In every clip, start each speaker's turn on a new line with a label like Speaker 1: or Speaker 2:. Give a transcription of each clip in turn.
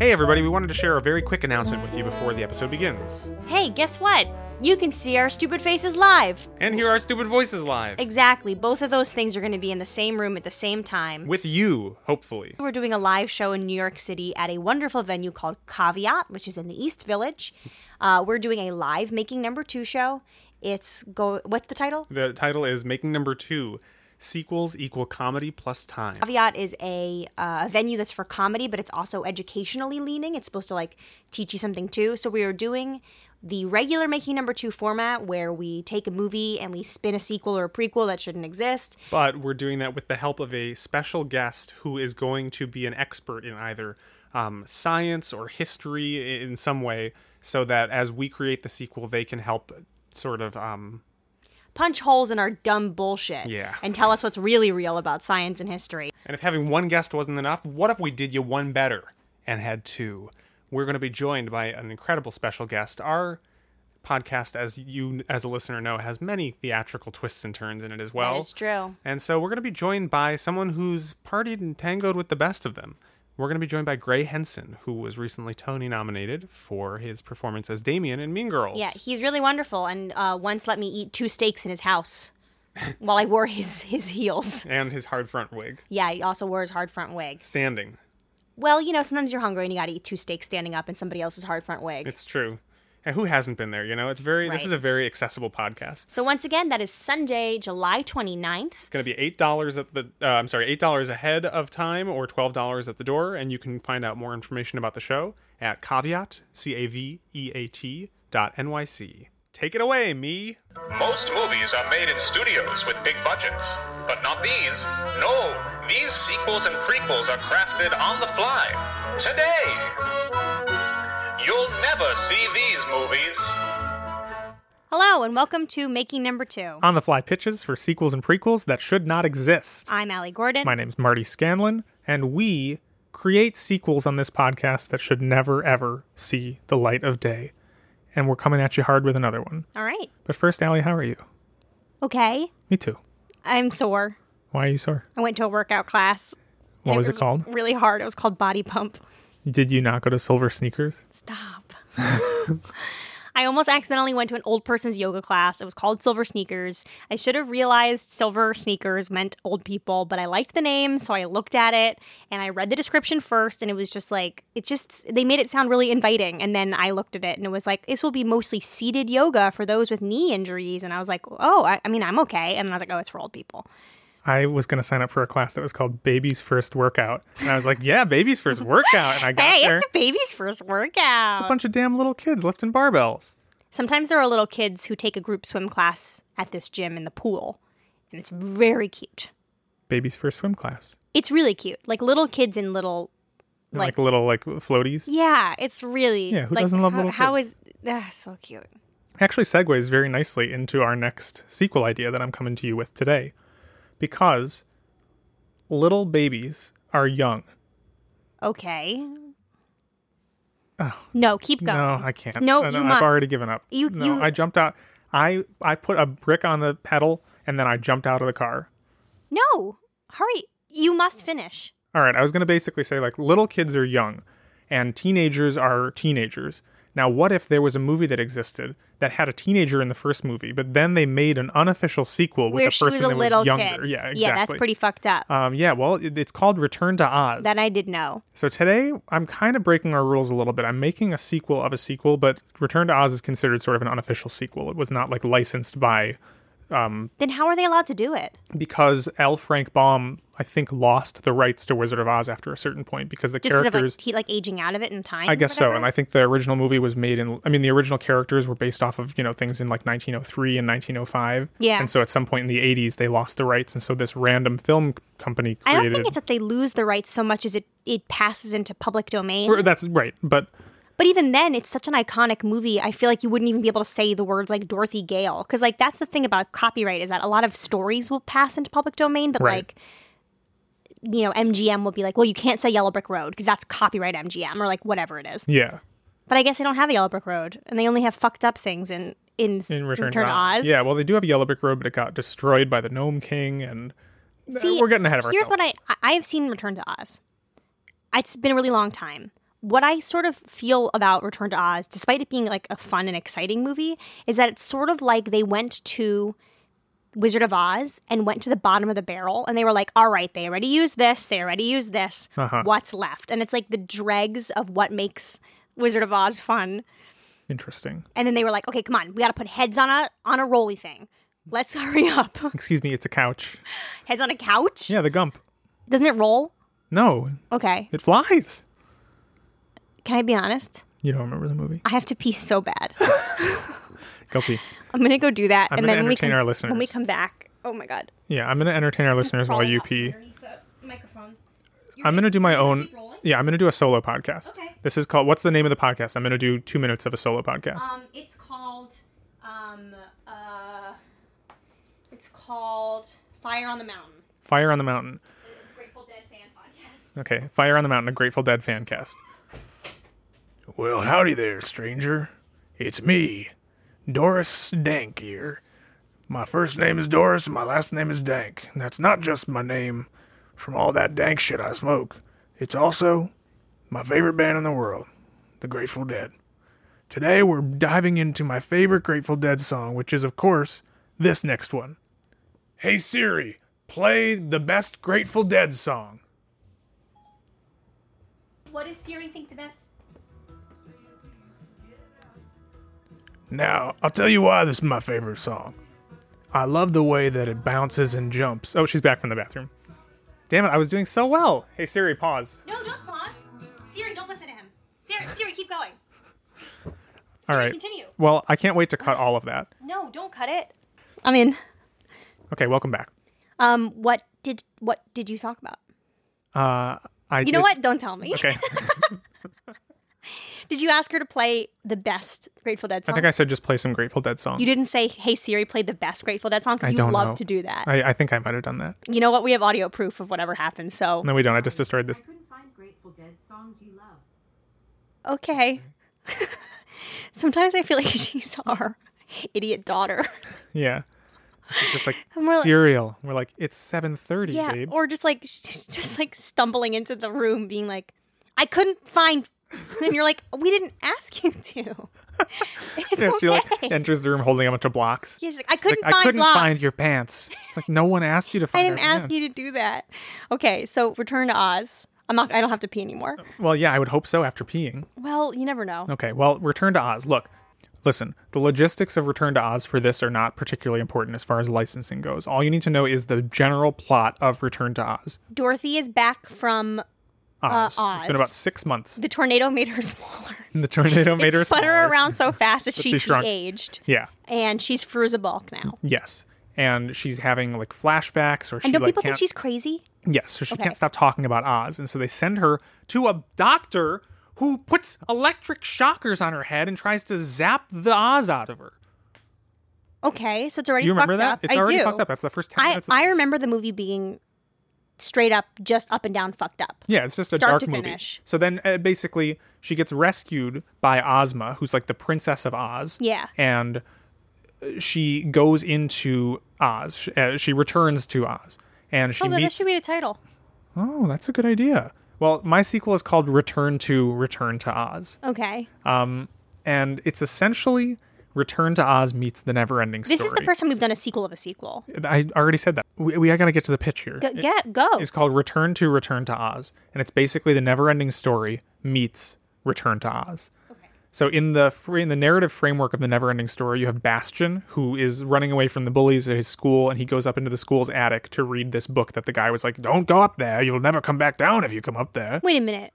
Speaker 1: Hey, everybody, we wanted to share a very quick announcement with you before the episode begins.
Speaker 2: Hey, guess what? You can see our stupid faces live.
Speaker 1: And hear our stupid voices live.
Speaker 2: Exactly. Both of those things are going to be in the same room at the same time.
Speaker 1: With you, hopefully.
Speaker 2: We're doing a live show in New York City at a wonderful venue called Caveat, which is in the East Village. Uh, we're doing a live Making Number Two show. It's go. What's the title?
Speaker 1: The title is Making Number Two Sequels Equal Comedy Plus Time.
Speaker 2: Caveat is a uh, venue that's for comedy, but it's also educationally leaning. It's supposed to like teach you something too. So we are doing the regular making number two format where we take a movie and we spin a sequel or a prequel that shouldn't exist.
Speaker 1: But we're doing that with the help of a special guest who is going to be an expert in either um, science or history in some way, so that as we create the sequel, they can help sort of. Um,
Speaker 2: Punch holes in our dumb bullshit
Speaker 1: Yeah.
Speaker 2: and tell us what's really real about science and history.
Speaker 1: and if having one guest wasn't enough, what if we did you one better and had two? We're going to be joined by an incredible special guest. Our podcast, as you as a listener know, has many theatrical twists and turns in it as well.
Speaker 2: that is true.
Speaker 1: And so we're going to be joined by someone who's partied and tangoed with the best of them. We're going to be joined by Gray Henson, who was recently Tony nominated for his performance as Damien in Mean Girls.
Speaker 2: Yeah, he's really wonderful and uh, once let me eat two steaks in his house while I wore his, his heels.
Speaker 1: And his hard front wig.
Speaker 2: Yeah, he also wore his hard front wig.
Speaker 1: Standing.
Speaker 2: Well, you know, sometimes you're hungry and you gotta eat two steaks standing up in somebody else's hard front wig.
Speaker 1: It's true. And who hasn't been there? You know, it's very, this
Speaker 2: Right.
Speaker 1: is a very accessible podcast.
Speaker 2: so once again, that is Sunday, July 29th.
Speaker 1: It's going to be $8 at the, uh, I'm sorry, $8 ahead of time or $12 at the door. And you can find out more information about the show at caveat, C A V E A T dot NYC. Take it away, me.
Speaker 3: Most movies are made in studios with big budgets, but not these. No, these sequels and prequels are crafted on the fly. Today! You'll never see these movies.
Speaker 2: Hello and welcome to Making Number Two.
Speaker 1: on the fly pitches for sequels and prequels that should not exist.
Speaker 2: I'm Allie Gordon.
Speaker 1: My name's Marty Scanlon, and we create sequels on this podcast that should never, ever see the light of day. And we're coming at you hard with another one.
Speaker 2: All right.
Speaker 1: But first, Allie, how are you?
Speaker 2: Okay.
Speaker 1: Me too.
Speaker 2: I'm sore.
Speaker 1: Why are you sore?
Speaker 2: I went to a workout class.
Speaker 1: What
Speaker 2: and
Speaker 1: was it called?
Speaker 2: Really hard. It was called Body Pump.
Speaker 1: Did you not go to Silver Sneakers?
Speaker 2: Stop. I almost accidentally went to an old person's yoga class. It was called Silver Sneakers. I should have realized Silver Sneakers meant old people, but I liked the name, so I looked at it and I read the description first, and it was just like, it just, they made it sound really inviting. And then I looked at it and it was like, this will be mostly seated yoga for those with knee injuries. And I was like, oh, I, I mean, I'm okay. And then I was like, oh, it's for old people.
Speaker 1: I was going to sign up for a class that was called Baby's First Workout. And I was like, yeah, Baby's First Workout. And I got
Speaker 2: Hey,
Speaker 1: there.
Speaker 2: it's a baby's first workout.
Speaker 1: A bunch of damn little kids lifting barbells.
Speaker 2: Sometimes there are little kids who take a group swim class at this gym in the pool, and it's very cute.
Speaker 1: Baby's First Swim Class.
Speaker 2: It's really cute. Like little kids in little
Speaker 1: They're Like,
Speaker 2: Like-
Speaker 1: little like floaties.
Speaker 2: Yeah, it's really
Speaker 1: Yeah, who
Speaker 2: like,
Speaker 1: doesn't love
Speaker 2: how,
Speaker 1: little
Speaker 2: How
Speaker 1: kids?
Speaker 2: is ah, so cute.
Speaker 1: actually segues very nicely into our next sequel idea that I'm coming to you with today. Because little babies are young.
Speaker 2: Okay. no, keep going.
Speaker 1: Ah. No, I can't.
Speaker 2: No,
Speaker 1: I,
Speaker 2: you
Speaker 1: I've
Speaker 2: must.
Speaker 1: already given up.
Speaker 2: You-
Speaker 1: no,
Speaker 2: you-
Speaker 1: I jumped out. I I put a brick on the pedal and then I jumped out of the car.
Speaker 2: No, hurry. You must finish.
Speaker 1: All right, I was going to basically say like little kids are young and teenagers are teenagers. Now, what if there was a movie that existed that had a teenager in the first movie, but then they made an unofficial sequel with
Speaker 2: Where
Speaker 1: the
Speaker 2: she was
Speaker 1: person
Speaker 2: a
Speaker 1: that was
Speaker 2: little
Speaker 1: younger?
Speaker 2: kid.
Speaker 1: Yeah, exactly.
Speaker 2: Yeah, that's pretty fucked up.
Speaker 1: Um, yeah, well, it, it's called Return to Oz.
Speaker 2: that I did know.
Speaker 1: so today, I'm kind of breaking our rules a little bit. I'm making a sequel of a sequel, but Return to Oz is considered sort of an unofficial sequel. It was not like licensed by
Speaker 2: Then how are they allowed to do it?
Speaker 1: because L. Frank Baum, I think, lost the rights to Wizard of Oz after a certain point because the
Speaker 2: Just because of
Speaker 1: characters.
Speaker 2: like, he, like aging out of it in time.
Speaker 1: I guess so. And I think the original movie was made in, I mean, the original characters were based off of, you know, things in like 1903 and 1905.
Speaker 2: Yeah.
Speaker 1: And so at some point in the 80s, they lost the rights. And so this random film c- company
Speaker 2: I
Speaker 1: created.
Speaker 2: don't think it's that they lose the rights so much as it it passes into public domain.
Speaker 1: or that's right. But
Speaker 2: But even then, it's such an iconic movie. I feel like you wouldn't even be able to say the words like Dorothy Gale because, like, that's the thing about copyright is that a lot of stories will pass into public domain, but
Speaker 1: Right.
Speaker 2: like, you know, MGM will be like, well, you can't say Yellow Brick Road because that's copyright MGM or like whatever it is.
Speaker 1: yeah.
Speaker 2: But I guess they don't have a Yellow Brick Road, and they only have fucked up things in in,
Speaker 1: in Return,
Speaker 2: to Oz.
Speaker 1: Yeah, well, they do have Yellow Brick Road, but it got destroyed by the Gnome King, and uh,
Speaker 2: See,
Speaker 1: we're getting ahead of
Speaker 2: Here's
Speaker 1: ourselves.
Speaker 2: what I I I have seen Return to Oz. It's been a really long time. what I sort of feel about Return to Oz, despite it being like a fun and exciting movie, is that it's sort of like they went to Wizard of Oz and went to the bottom of the barrel and they were like, all right, they already used this, they already used this,
Speaker 1: Uh-huh.
Speaker 2: what's left? And it's like the dregs of what makes Wizard of Oz fun.
Speaker 1: Interesting.
Speaker 2: And then they were like, okay, come on, we got to put heads on a on a rolly thing. Let's hurry up.
Speaker 1: Excuse me, it's a couch.
Speaker 2: heads on a couch?
Speaker 1: Yeah, the Gump.
Speaker 2: Doesn't it roll?
Speaker 1: No,
Speaker 2: Okay.
Speaker 1: it flies.
Speaker 2: Can I be honest?
Speaker 1: You don't remember the movie?
Speaker 2: I have to pee so bad.
Speaker 1: Guppy.
Speaker 2: I'm gonna go do that,
Speaker 1: I'm
Speaker 2: and
Speaker 1: gonna
Speaker 2: then when we
Speaker 1: entertain
Speaker 2: come,
Speaker 1: our
Speaker 2: when we
Speaker 1: listeners.
Speaker 2: come back. Oh my god!
Speaker 1: Yeah, I'm gonna entertain our listeners while you pee.
Speaker 2: Microphone.
Speaker 1: I'm gonna do my own.
Speaker 2: keep rolling?
Speaker 1: Yeah, I'm gonna do a solo podcast.
Speaker 2: Okay.
Speaker 1: This is called. What's the name of the podcast? I'm gonna do two minutes of a solo podcast.
Speaker 2: Um, it's called, um, uh, it's called Fire on the Mountain.
Speaker 1: Fire on the Mountain.
Speaker 2: Grateful Dead fan podcast.
Speaker 1: Okay, Fire on the Mountain, a Grateful Dead fan cast.
Speaker 4: Well, howdy there, stranger. It's me, Doris Dank here. My first name is Doris, and my last name is Dank. And that's not just my name from all that dank shit I smoke. It's also my favorite band in the world, The Grateful Dead. Today we're diving into my favorite Grateful Dead song, which is, of course, this next one. Hey Siri, play the best Grateful Dead song.
Speaker 2: What does Siri think the best?
Speaker 4: Now, I'll tell you why this is my favorite song.
Speaker 1: I love the way that it bounces and jumps. Oh, she's back from the bathroom. Damn it, I was doing so well. Hey Siri, pause.
Speaker 2: No, don't pause. Siri, don't listen to him. Siri, Siri, keep going.
Speaker 1: all right.
Speaker 2: continue.
Speaker 1: Well, I can't wait to cut all of that.
Speaker 2: No, don't cut it. I mean,
Speaker 1: Okay, welcome back.
Speaker 2: um, what did what did you talk about?
Speaker 1: Uh, I.
Speaker 2: You know what? Don't tell me.
Speaker 1: Okay.
Speaker 2: Did you ask her to play the best Grateful Dead
Speaker 1: I
Speaker 2: song?
Speaker 1: think I said just play some Grateful Dead song.
Speaker 2: You didn't say, "Hey Siri, play the best Grateful Dead song"
Speaker 1: I
Speaker 2: because you
Speaker 1: don't
Speaker 2: love
Speaker 1: know.
Speaker 2: to do that.
Speaker 1: I, I think I might have done that.
Speaker 2: you know what? We have audio proof of whatever happened. So
Speaker 1: No, we don't. I just destroyed this.
Speaker 5: I couldn't find Grateful Dead songs you love.
Speaker 2: okay. Sometimes I feel like she's our idiot daughter.
Speaker 1: Yeah. It's just like
Speaker 2: we're like-
Speaker 1: cereal. We're like, it's 7.30,
Speaker 2: yeah,
Speaker 1: babe.
Speaker 2: or just like she's just like stumbling into the room, being like, "I couldn't find," and you're like, "We didn't ask you to." It's
Speaker 1: Yeah,
Speaker 2: okay.
Speaker 1: She like enters the room holding a bunch of blocks.
Speaker 2: Yeah, she's like, "I
Speaker 1: Like,
Speaker 2: couldn't
Speaker 1: I
Speaker 2: find
Speaker 1: couldn't
Speaker 2: locks.
Speaker 1: find your pants. It's like no one asked you to
Speaker 2: I
Speaker 1: find.
Speaker 2: didn't
Speaker 1: our
Speaker 2: ask
Speaker 1: pants.
Speaker 2: you to do that." Okay, so return to Oz. I'm not. I don't have to pee anymore.
Speaker 1: Well, yeah, I would hope so after peeing.
Speaker 2: Well, you never know.
Speaker 1: Okay, well, Return to Oz. Look, listen, the logistics of Return to Oz for this are not particularly important as far as licensing goes. All you need to know is the general plot of Return to Oz.
Speaker 2: Dorothy is back from
Speaker 1: Oz. It's been
Speaker 2: Uh, Oz.
Speaker 1: about six months.
Speaker 2: the tornado made her smaller.
Speaker 1: And the tornado made
Speaker 2: it
Speaker 1: her
Speaker 2: spun her
Speaker 1: smaller.
Speaker 2: around so fast that she,
Speaker 1: she shrunk.
Speaker 2: de-aged,
Speaker 1: Yeah.
Speaker 2: and she's Fruza Balk now.
Speaker 1: Yes. And she's having like flashbacks, or she
Speaker 2: And don't
Speaker 1: like
Speaker 2: people
Speaker 1: can't.
Speaker 2: think she's crazy?
Speaker 1: Yes, so she
Speaker 2: Okay.
Speaker 1: can't stop talking about Oz. And so they send her to a doctor who puts electric shockers on her head and tries to zap the Oz out of her.
Speaker 2: Okay, so it's already
Speaker 1: Do you remember
Speaker 2: fucked
Speaker 1: that?
Speaker 2: up.
Speaker 1: It's
Speaker 2: I
Speaker 1: already
Speaker 2: do.
Speaker 1: fucked up. That's the first 10
Speaker 2: I,
Speaker 1: minutes. of-
Speaker 2: I remember the movie being straight up, just up and down, fucked up.
Speaker 1: Yeah, it's just a
Speaker 2: Start
Speaker 1: dark
Speaker 2: to
Speaker 1: movie.
Speaker 2: finish.
Speaker 1: So then, uh, basically, she gets rescued by Ozma, who's like the princess of Oz.
Speaker 2: Yeah.
Speaker 1: and uh, she goes into Oz. She, uh, she returns to Oz, and she
Speaker 2: Oh, but that
Speaker 1: meets.
Speaker 2: should be the title.
Speaker 1: oh, that's a good idea. Well, my sequel is called Return to Return to Oz,
Speaker 2: Okay,
Speaker 1: and it's essentially Return to Oz meets the Neverending
Speaker 2: this
Speaker 1: Story.
Speaker 2: is the first time we've done a sequel of a sequel.
Speaker 1: I already said that. We, we I gotta get to the pitch here.
Speaker 2: Go, get go.
Speaker 1: It's called Return to Return to Oz, and it's basically the never-ending story meets Return to Oz. So in the fr- in the narrative framework of the never-ending story, you have Bastion who is running away from the bullies at his school, and he goes up into the school's attic to read this book that the guy was like,
Speaker 4: Don't go up there. You'll never come back down if you come up there.
Speaker 2: Wait a minute.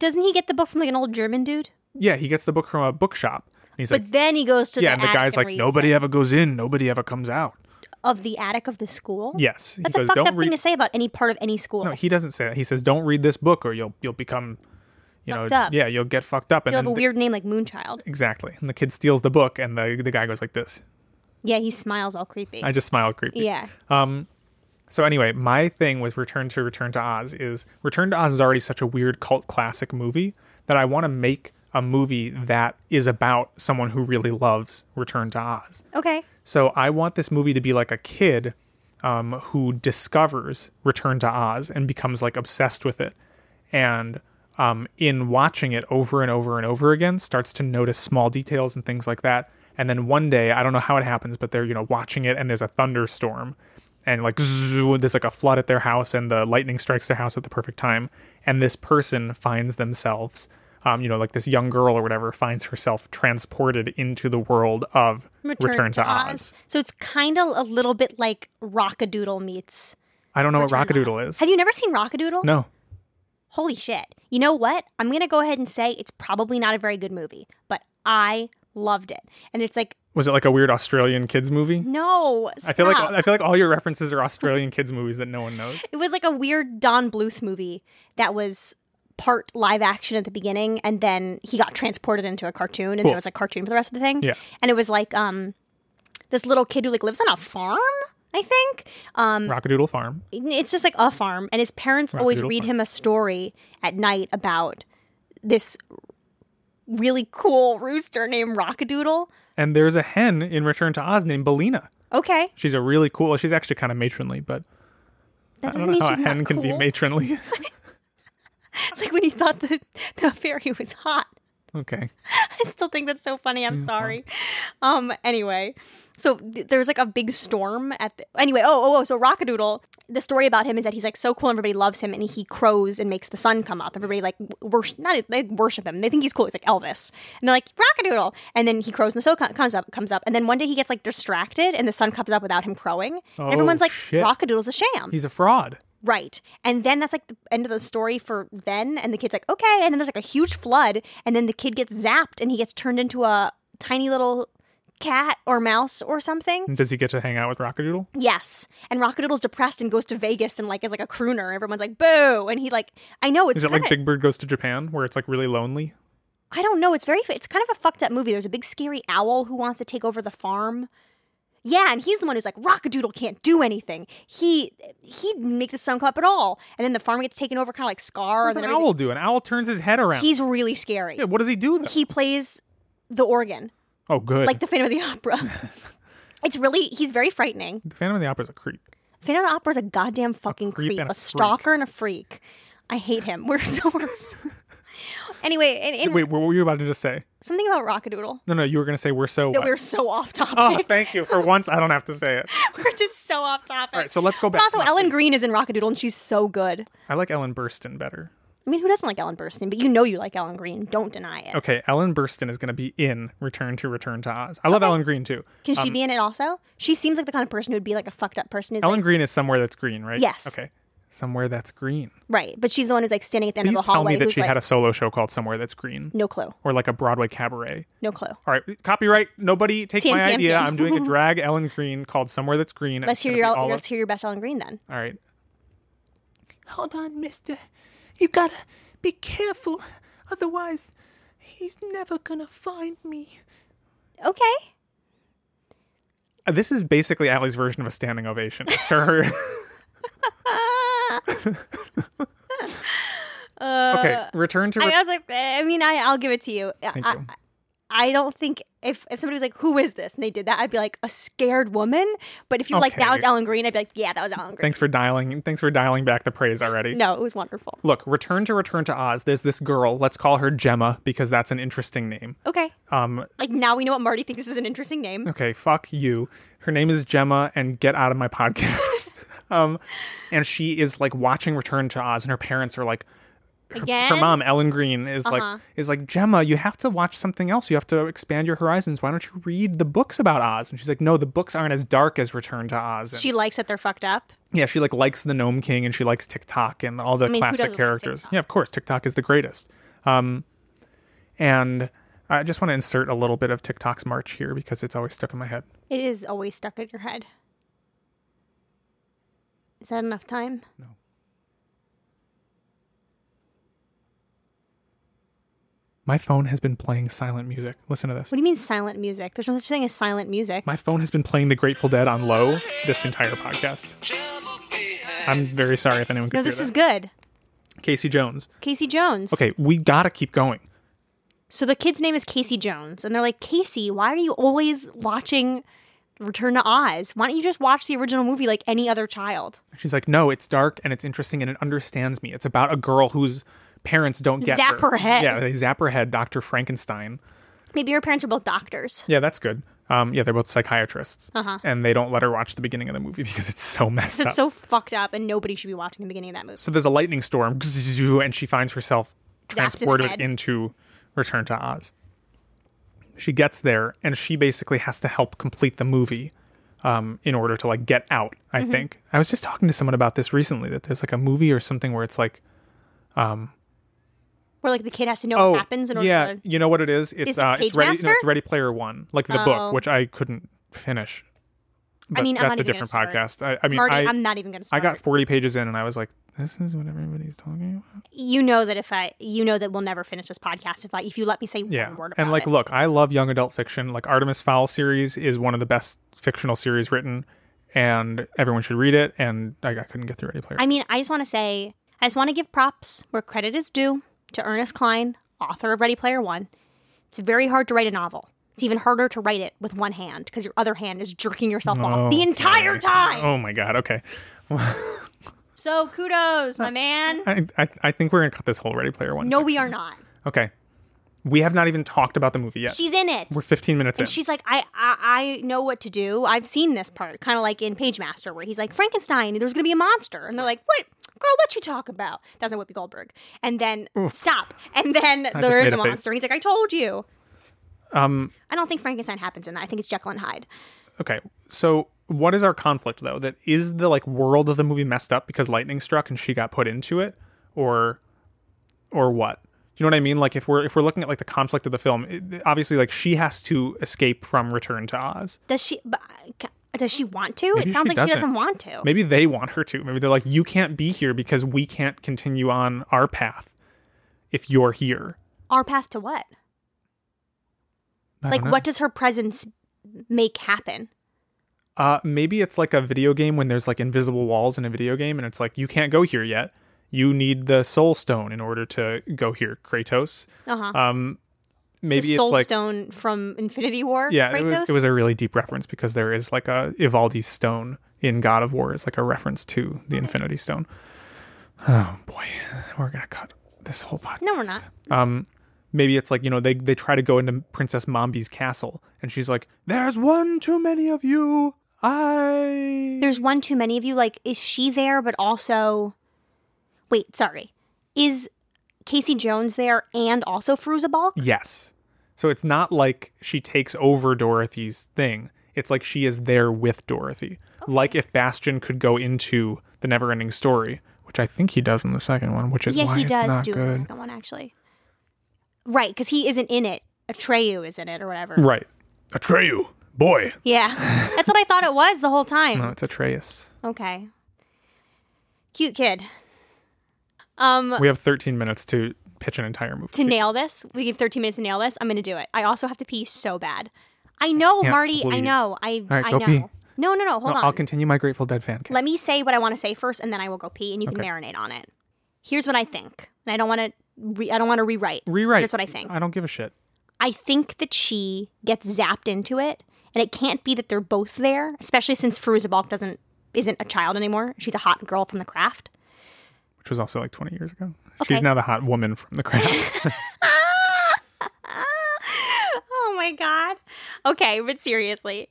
Speaker 2: Doesn't he get the book from like an old German dude?
Speaker 1: "Yeah, he gets the book from a bookshop." And he's like,
Speaker 2: but then he goes to
Speaker 1: Yeah,
Speaker 2: the
Speaker 1: and the
Speaker 2: attic
Speaker 1: guy's like,
Speaker 2: reads
Speaker 4: Nobody
Speaker 2: it.
Speaker 4: ever goes in. Nobody ever comes out.
Speaker 2: of the attic of the school.
Speaker 1: "Yes." He
Speaker 2: that's a
Speaker 1: goes,
Speaker 2: fucked
Speaker 1: "Don't
Speaker 2: up
Speaker 1: read."
Speaker 2: thing to say about any part of any school.
Speaker 1: No, he doesn't say that. He says, "Don't read this book, or you'll you'll become, you
Speaker 2: Fucked
Speaker 1: know,
Speaker 2: up.
Speaker 1: yeah, you'll get fucked up." And
Speaker 2: You'll have a
Speaker 1: then the-
Speaker 2: weird name like Moonchild.
Speaker 1: exactly. And the kid steals the book, and the the guy goes like this.
Speaker 2: Yeah, he smiles all creepy.
Speaker 1: I just smiled creepy.
Speaker 2: yeah.
Speaker 1: So anyway, my thing with Return to Return to Oz is Return to Oz is already such a weird cult classic movie that I want to make a movie that is about someone who really loves Return to Oz.
Speaker 2: Okay.
Speaker 1: So I want this movie to be like a kid um, who discovers Return to Oz and becomes like obsessed with it and um, in watching it over and over and over again, starts to notice small details and things like that. And then one day, I don't know how it happens, but they're you know watching it, and there's a thunderstorm, and like zzz, there's like a flood at their house, and the lightning strikes their house at the perfect time, and this person finds themselves, um, you know, like this young girl or whatever, finds herself transported into the world of Return, to, Oz.
Speaker 2: So it's kind of a little bit like Rockadoodle meets.
Speaker 1: I don't know what
Speaker 2: Return to
Speaker 1: Rockadoodle
Speaker 2: Oz.
Speaker 1: is.
Speaker 2: Have you never seen Rockadoodle?
Speaker 1: no,
Speaker 2: Holy shit. You know what? I'm going to go ahead and say it's probably not a very good movie, but I loved it. And it's like,
Speaker 1: was it like a weird Australian kids movie?
Speaker 2: no. Stop.
Speaker 1: I feel like I feel like all your references are Australian kids movies that no one knows.
Speaker 2: it was like a weird Don Bluth movie that was part live action at the beginning and then he got transported into a cartoon and then
Speaker 1: Cool.
Speaker 2: it was a cartoon for the rest of the thing.
Speaker 1: Yeah.
Speaker 2: And it was like um this little kid who like lives on a farm, I think. Um
Speaker 1: Rockadoodle Farm.
Speaker 2: it's just like a farm and his parents always
Speaker 1: Rockadoodle
Speaker 2: read
Speaker 1: Farm.
Speaker 2: him a story at night about this really cool rooster named Rockadoodle.
Speaker 1: And there's a hen in Return to Oz named Belina.
Speaker 2: Okay.
Speaker 1: She's a really cool. She's actually kind of matronly, but
Speaker 2: That
Speaker 1: I don't
Speaker 2: doesn't
Speaker 1: know
Speaker 2: mean
Speaker 1: how a
Speaker 2: she's
Speaker 1: hen
Speaker 2: not
Speaker 1: can
Speaker 2: cool.
Speaker 1: be matronly.
Speaker 2: It's like when you thought the, the fairy was hot.
Speaker 1: okay.
Speaker 2: I still think that's so funny. I'm sorry. Um. Anyway, so th- there's like a big storm at. The- anyway, oh, oh, oh. So Rockadoodle. The story about him is that he's like so cool. and Everybody loves him, and he crows and makes the sun come up. Everybody like worship. Not they worship him. They think he's cool. It's like Elvis, and they're like Rockadoodle. And then he crows, and the sun co- comes up. Comes up, and then one day he gets like distracted, and the sun comes up without him crowing. And everyone's like,
Speaker 1: shit.
Speaker 2: Rockadoodle's a sham.
Speaker 1: He's a fraud.
Speaker 2: Right. And then that's like the end of the story for then. And the kid's like, okay. And then there's like a huge flood. And then the kid gets zapped and he gets turned into a tiny little cat or mouse or something.
Speaker 1: And does he get to hang out with Rockadoodle?
Speaker 2: Yes. And Rockadoodle's depressed and goes to Vegas and like is like a crooner. Everyone's like, boo. And he like, I know it's
Speaker 1: Is it
Speaker 2: kinda,
Speaker 1: like Big Bird Goes to Japan, where it's like really lonely?
Speaker 2: I don't know. It's very, it's kind of a fucked up movie. There's a big scary owl who wants to take over the farm. Yeah, and he's the one who's like, Rockadoodle can't do anything. He he didn't make the sun come up at all. And then the farm gets taken over, kind of like Scar.
Speaker 1: What does
Speaker 2: and
Speaker 1: an
Speaker 2: then everything.
Speaker 1: owl do? An owl turns his head around.
Speaker 2: He's really scary.
Speaker 1: yeah, what does he do though?
Speaker 2: He plays the organ,
Speaker 1: oh, good.
Speaker 2: like the Phantom of the Opera. it's really he's very frightening.
Speaker 1: the Phantom of the Opera's a creep.
Speaker 2: Phantom of the Opera is a goddamn fucking
Speaker 1: creep
Speaker 2: creep,
Speaker 1: and
Speaker 2: a,
Speaker 1: a
Speaker 2: stalker and a freak. I hate him. We're so we're so- anyway. And, and
Speaker 1: Wait, what were you about to just say?
Speaker 2: something about Rockadoodle
Speaker 1: No, no, you were going to say we're so.
Speaker 2: that
Speaker 1: what?
Speaker 2: we're so off
Speaker 1: oh,
Speaker 2: topic.
Speaker 1: thank you. For once, I don't have to say it.
Speaker 2: we're just so off topic.
Speaker 1: Oh, All right, so let's go
Speaker 2: but
Speaker 1: back.
Speaker 2: also,
Speaker 1: Come on,
Speaker 2: Ellen
Speaker 1: please.
Speaker 2: Green is in Rockadoodle, and she's so good.
Speaker 1: I like Ellen Burstyn better.
Speaker 2: I mean, who doesn't like Ellen Burstyn? But you know you like Ellen Green. Don't deny it.
Speaker 1: Okay, Ellen Burstyn is going to be in Return to Return to Oz. I love Ellen Green too.
Speaker 2: Can she be in it also? She seems like the kind of person who would be like a fucked up person. Who's
Speaker 1: um, Ellen
Speaker 2: like,
Speaker 1: Green is somewhere that's green, right?
Speaker 2: Yes.
Speaker 1: Okay. Somewhere that's green.
Speaker 2: right, but she's the one who's like standing at the end
Speaker 1: Please
Speaker 2: of the hallway.
Speaker 1: tell me that
Speaker 2: who's
Speaker 1: she
Speaker 2: like,
Speaker 1: had a solo show called Somewhere That's Green
Speaker 2: No clue.
Speaker 1: or like a Broadway cabaret.
Speaker 2: No clue.
Speaker 1: All right, copyright. Nobody take
Speaker 2: TM,
Speaker 1: my
Speaker 2: TM.
Speaker 1: idea. I'm doing a drag Ellen Green called Somewhere That's Green. and
Speaker 2: Let's
Speaker 1: it's
Speaker 2: hear
Speaker 1: gonna be
Speaker 2: your
Speaker 1: all
Speaker 2: let's hear your best Ellen Green then.
Speaker 1: All right.
Speaker 6: Hold on, mister. You gotta be careful, otherwise, he's never gonna find me.
Speaker 2: Okay.
Speaker 1: Uh, This is basically Allie's version of a standing ovation. It's her. okay, return to.
Speaker 2: Uh, I,
Speaker 1: Re-
Speaker 2: was like, eh, I mean, I I'll give it to you. I,
Speaker 1: Thank you.
Speaker 2: I, I don't think if if somebody was like, "Who is this?" and they did that, I'd be like, "A scared woman." But if you were like, "That
Speaker 1: Okay.
Speaker 2: was Ellen Green," I'd be like, "Yeah, that was Ellen Green."
Speaker 1: thanks for dialing. Thanks for dialing back the praise already.
Speaker 2: No, it was wonderful.
Speaker 1: Look, return to return to Oz. There's this girl. Let's call her Gemma because that's an interesting name.
Speaker 2: Okay.
Speaker 1: Um,
Speaker 2: Like now we know what Marty thinks is an interesting name.
Speaker 1: okay, fuck you. Her name is Gemma, and get out of my podcast. um, and she is like watching Return to Oz, and her parents are like,
Speaker 2: Again.
Speaker 1: her mom Ellen Green is
Speaker 2: Uh-huh.
Speaker 1: like is like Gemma, you have to watch something else. You have to expand your horizons. Why don't you read the books about Oz? And she's like, no, the books aren't as dark as Return to Oz. And
Speaker 2: She likes that they're fucked up.
Speaker 1: yeah, she like likes the Gnome King and she likes TikTok and all the
Speaker 2: mean, who doesn't
Speaker 1: classic
Speaker 2: like
Speaker 1: characters.
Speaker 2: TikTok?
Speaker 1: yeah, of course, TikTok is the greatest. Um, and I just want to insert a little bit of TikTok's march here because it's always stuck in my head.
Speaker 2: It is always stuck in your head. Is that enough time? No.
Speaker 1: My phone has been playing silent music. Listen to this.
Speaker 2: What do you mean silent music? There's no such thing as silent music.
Speaker 1: My phone has been playing The Grateful Dead on low this entire podcast. I'm very sorry if anyone could
Speaker 2: no,
Speaker 1: hear
Speaker 2: this is
Speaker 1: that.
Speaker 2: good.
Speaker 1: Casey Jones.
Speaker 2: Casey Jones.
Speaker 1: Okay, we gotta keep going.
Speaker 2: So the kid's name is Casey Jones, and they're like, Casey, why are you always watching Return to Oz? Why don't you just watch the original movie like any other child?
Speaker 1: She's like, no, it's dark and it's interesting and it understands me. It's about a girl who's parents don't get
Speaker 2: Zap her head.
Speaker 1: Yeah, they zap her head, Dr. Frankenstein.
Speaker 2: Maybe her parents are both doctors.
Speaker 1: Yeah, that's good. Um, yeah, they're both psychiatrists, and they don't let her watch the beginning of the movie because it's so messed up.
Speaker 2: Uh-huh. It's so fucked up, and nobody should be watching the beginning of that movie.
Speaker 1: so there's a lightning storm, and she finds herself
Speaker 2: the
Speaker 1: transported
Speaker 2: head.
Speaker 1: into Return to Oz. She gets there, and she basically has to help complete the movie um, in order to like get out. I
Speaker 2: Mm-hmm.
Speaker 1: think I was just talking to someone about this recently that there's like a movie or something where it's like
Speaker 2: Where like the kid has to know
Speaker 1: oh
Speaker 2: what happens in order
Speaker 1: yeah
Speaker 2: to
Speaker 1: you know what it is it's
Speaker 2: it
Speaker 1: uh
Speaker 2: Cage
Speaker 1: it's ready no, it's
Speaker 2: Master?
Speaker 1: Ready Player One like the
Speaker 2: Oh.
Speaker 1: book which I couldn't finish. But
Speaker 2: mean, I'm
Speaker 1: that's
Speaker 2: not
Speaker 1: a
Speaker 2: even gonna
Speaker 1: different
Speaker 2: start.
Speaker 1: podcast. I, I mean,
Speaker 2: Marty,
Speaker 1: I,
Speaker 2: I, am not even gonna
Speaker 1: I
Speaker 2: start.
Speaker 1: got 40 pages in and I was like, this is what everybody's talking about.
Speaker 2: you know that if I you know that we'll never finish this podcast if I if you let me say
Speaker 1: Yeah.
Speaker 2: one word about
Speaker 1: And like,
Speaker 2: it.
Speaker 1: look, I love young adult fiction. Like, Artemis Fowl series is one of the best fictional series written, and everyone should read it. And I, I couldn't get through Ready Player.
Speaker 2: I mean, I just want to say, I just want to give props where credit is due to Ernest Klein, author of Ready Player One. It's very hard to write a novel. It's even harder to write it with one hand because your other hand is jerking yourself off the entire time.
Speaker 1: Oh my God. Okay.
Speaker 2: So kudos, my man.
Speaker 1: I, I, I think we're going to cut this whole Ready Player One.
Speaker 2: No, we are not.
Speaker 1: Okay. We have not even talked about the movie yet.
Speaker 2: She's in it.
Speaker 1: we're 15 minutes in.
Speaker 2: And she's like, I, I, I know what to do. I've seen this part, kind of like in Pagemaster, where he's like, Frankenstein, there's going to be a monster. And they're like, what? Girl, what you talk about? That's not Whoopi Goldberg. And then, stop. And then
Speaker 1: just
Speaker 2: there
Speaker 1: made
Speaker 2: is
Speaker 1: a face. Um,
Speaker 2: a monster. He's like, I told you. Um, I don't think Frankenstein happens in that. I think it's Jekyll and Hyde.
Speaker 1: okay. So what is our conflict though? That is the like world of the movie messed up because lightning struck and she got put into it, or or what? Do you know what I mean? Like if we're if we're looking at like the conflict of the film, it, obviously like she has to escape from Return to Oz.
Speaker 2: Does she, but, uh, does she want to?
Speaker 1: Maybe
Speaker 2: it sounds
Speaker 1: she
Speaker 2: like she
Speaker 1: doesn't.
Speaker 2: doesn't want to.
Speaker 1: Maybe they want her to. Maybe they're like, you can't be here because we can't continue on our path if you're here.
Speaker 2: Our path to what?
Speaker 1: I
Speaker 2: Like,
Speaker 1: don't know.
Speaker 2: what does her presence make happen?
Speaker 1: Uh, maybe it's like a video game when there's like invisible walls in a video game, and it's like you can't go here yet. You need the Soul Stone in order to go here, Kratos.
Speaker 2: Uh-huh.
Speaker 1: Um, maybe
Speaker 2: the
Speaker 1: it's
Speaker 2: Soul
Speaker 1: like
Speaker 2: Stone from Infinity War?
Speaker 1: yeah, it
Speaker 2: Kratos?
Speaker 1: was, it was a really deep reference because there is like a Ivaldi Stone in God of War is like a reference to the Infinity Stone. Oh boy, we're gonna cut this whole podcast.
Speaker 2: No, we're not.
Speaker 1: Maybe it's like you know they they try to go into Princess Mombi's castle, and she's like, "There's one too many of you." I
Speaker 2: there's one too many of you. Like, is she there, but also. Wait, sorry. Is Casey Jones there and also Fruzabalk?
Speaker 1: Yes. So it's not like she takes over Dorothy's thing. It's like she is there with Dorothy. Like if Bastion could go into the Neverending Story, which I think he does in the second one, which is
Speaker 2: Yeah,
Speaker 1: why
Speaker 2: he
Speaker 1: it's
Speaker 2: does
Speaker 1: not
Speaker 2: do it in the
Speaker 1: good.
Speaker 2: second one, actually. Right, because he isn't in it. Atreyu is in it or whatever.
Speaker 1: Right.
Speaker 4: Atreyu, boy.
Speaker 2: Yeah. That's what I thought it was the whole time.
Speaker 1: No, it's Atreus.
Speaker 2: Okay. Cute kid. Um,
Speaker 1: We have 13 minutes to pitch an entire movie.
Speaker 2: to nail this, we give 13 minutes to nail this. I'm going to do it. I also have to pee so bad. I know,
Speaker 1: can't
Speaker 2: Marty. I
Speaker 1: believe-
Speaker 2: know. I,
Speaker 1: right,
Speaker 2: I
Speaker 1: go
Speaker 2: know.
Speaker 1: pee.
Speaker 2: No, no, no. Hold on.
Speaker 1: I'll continue my Grateful Dead fan. cast.
Speaker 2: Let me say what I want to say first, and then I will go pee, and you can marinate on it. Here's what I think, and I don't want to. Re- I don't want to rewrite.
Speaker 1: Rewrite.
Speaker 2: Here's what I think.
Speaker 1: I don't give a shit.
Speaker 2: I think that she gets zapped into it, and it can't be that they're both there, especially since Feruza Balk doesn't isn't a child anymore. She's a hot girl from the craft.
Speaker 1: Which was also like 20 years ago.
Speaker 2: Okay.
Speaker 1: She's now the hot woman from the craft.
Speaker 2: Oh my god. Okay, but seriously,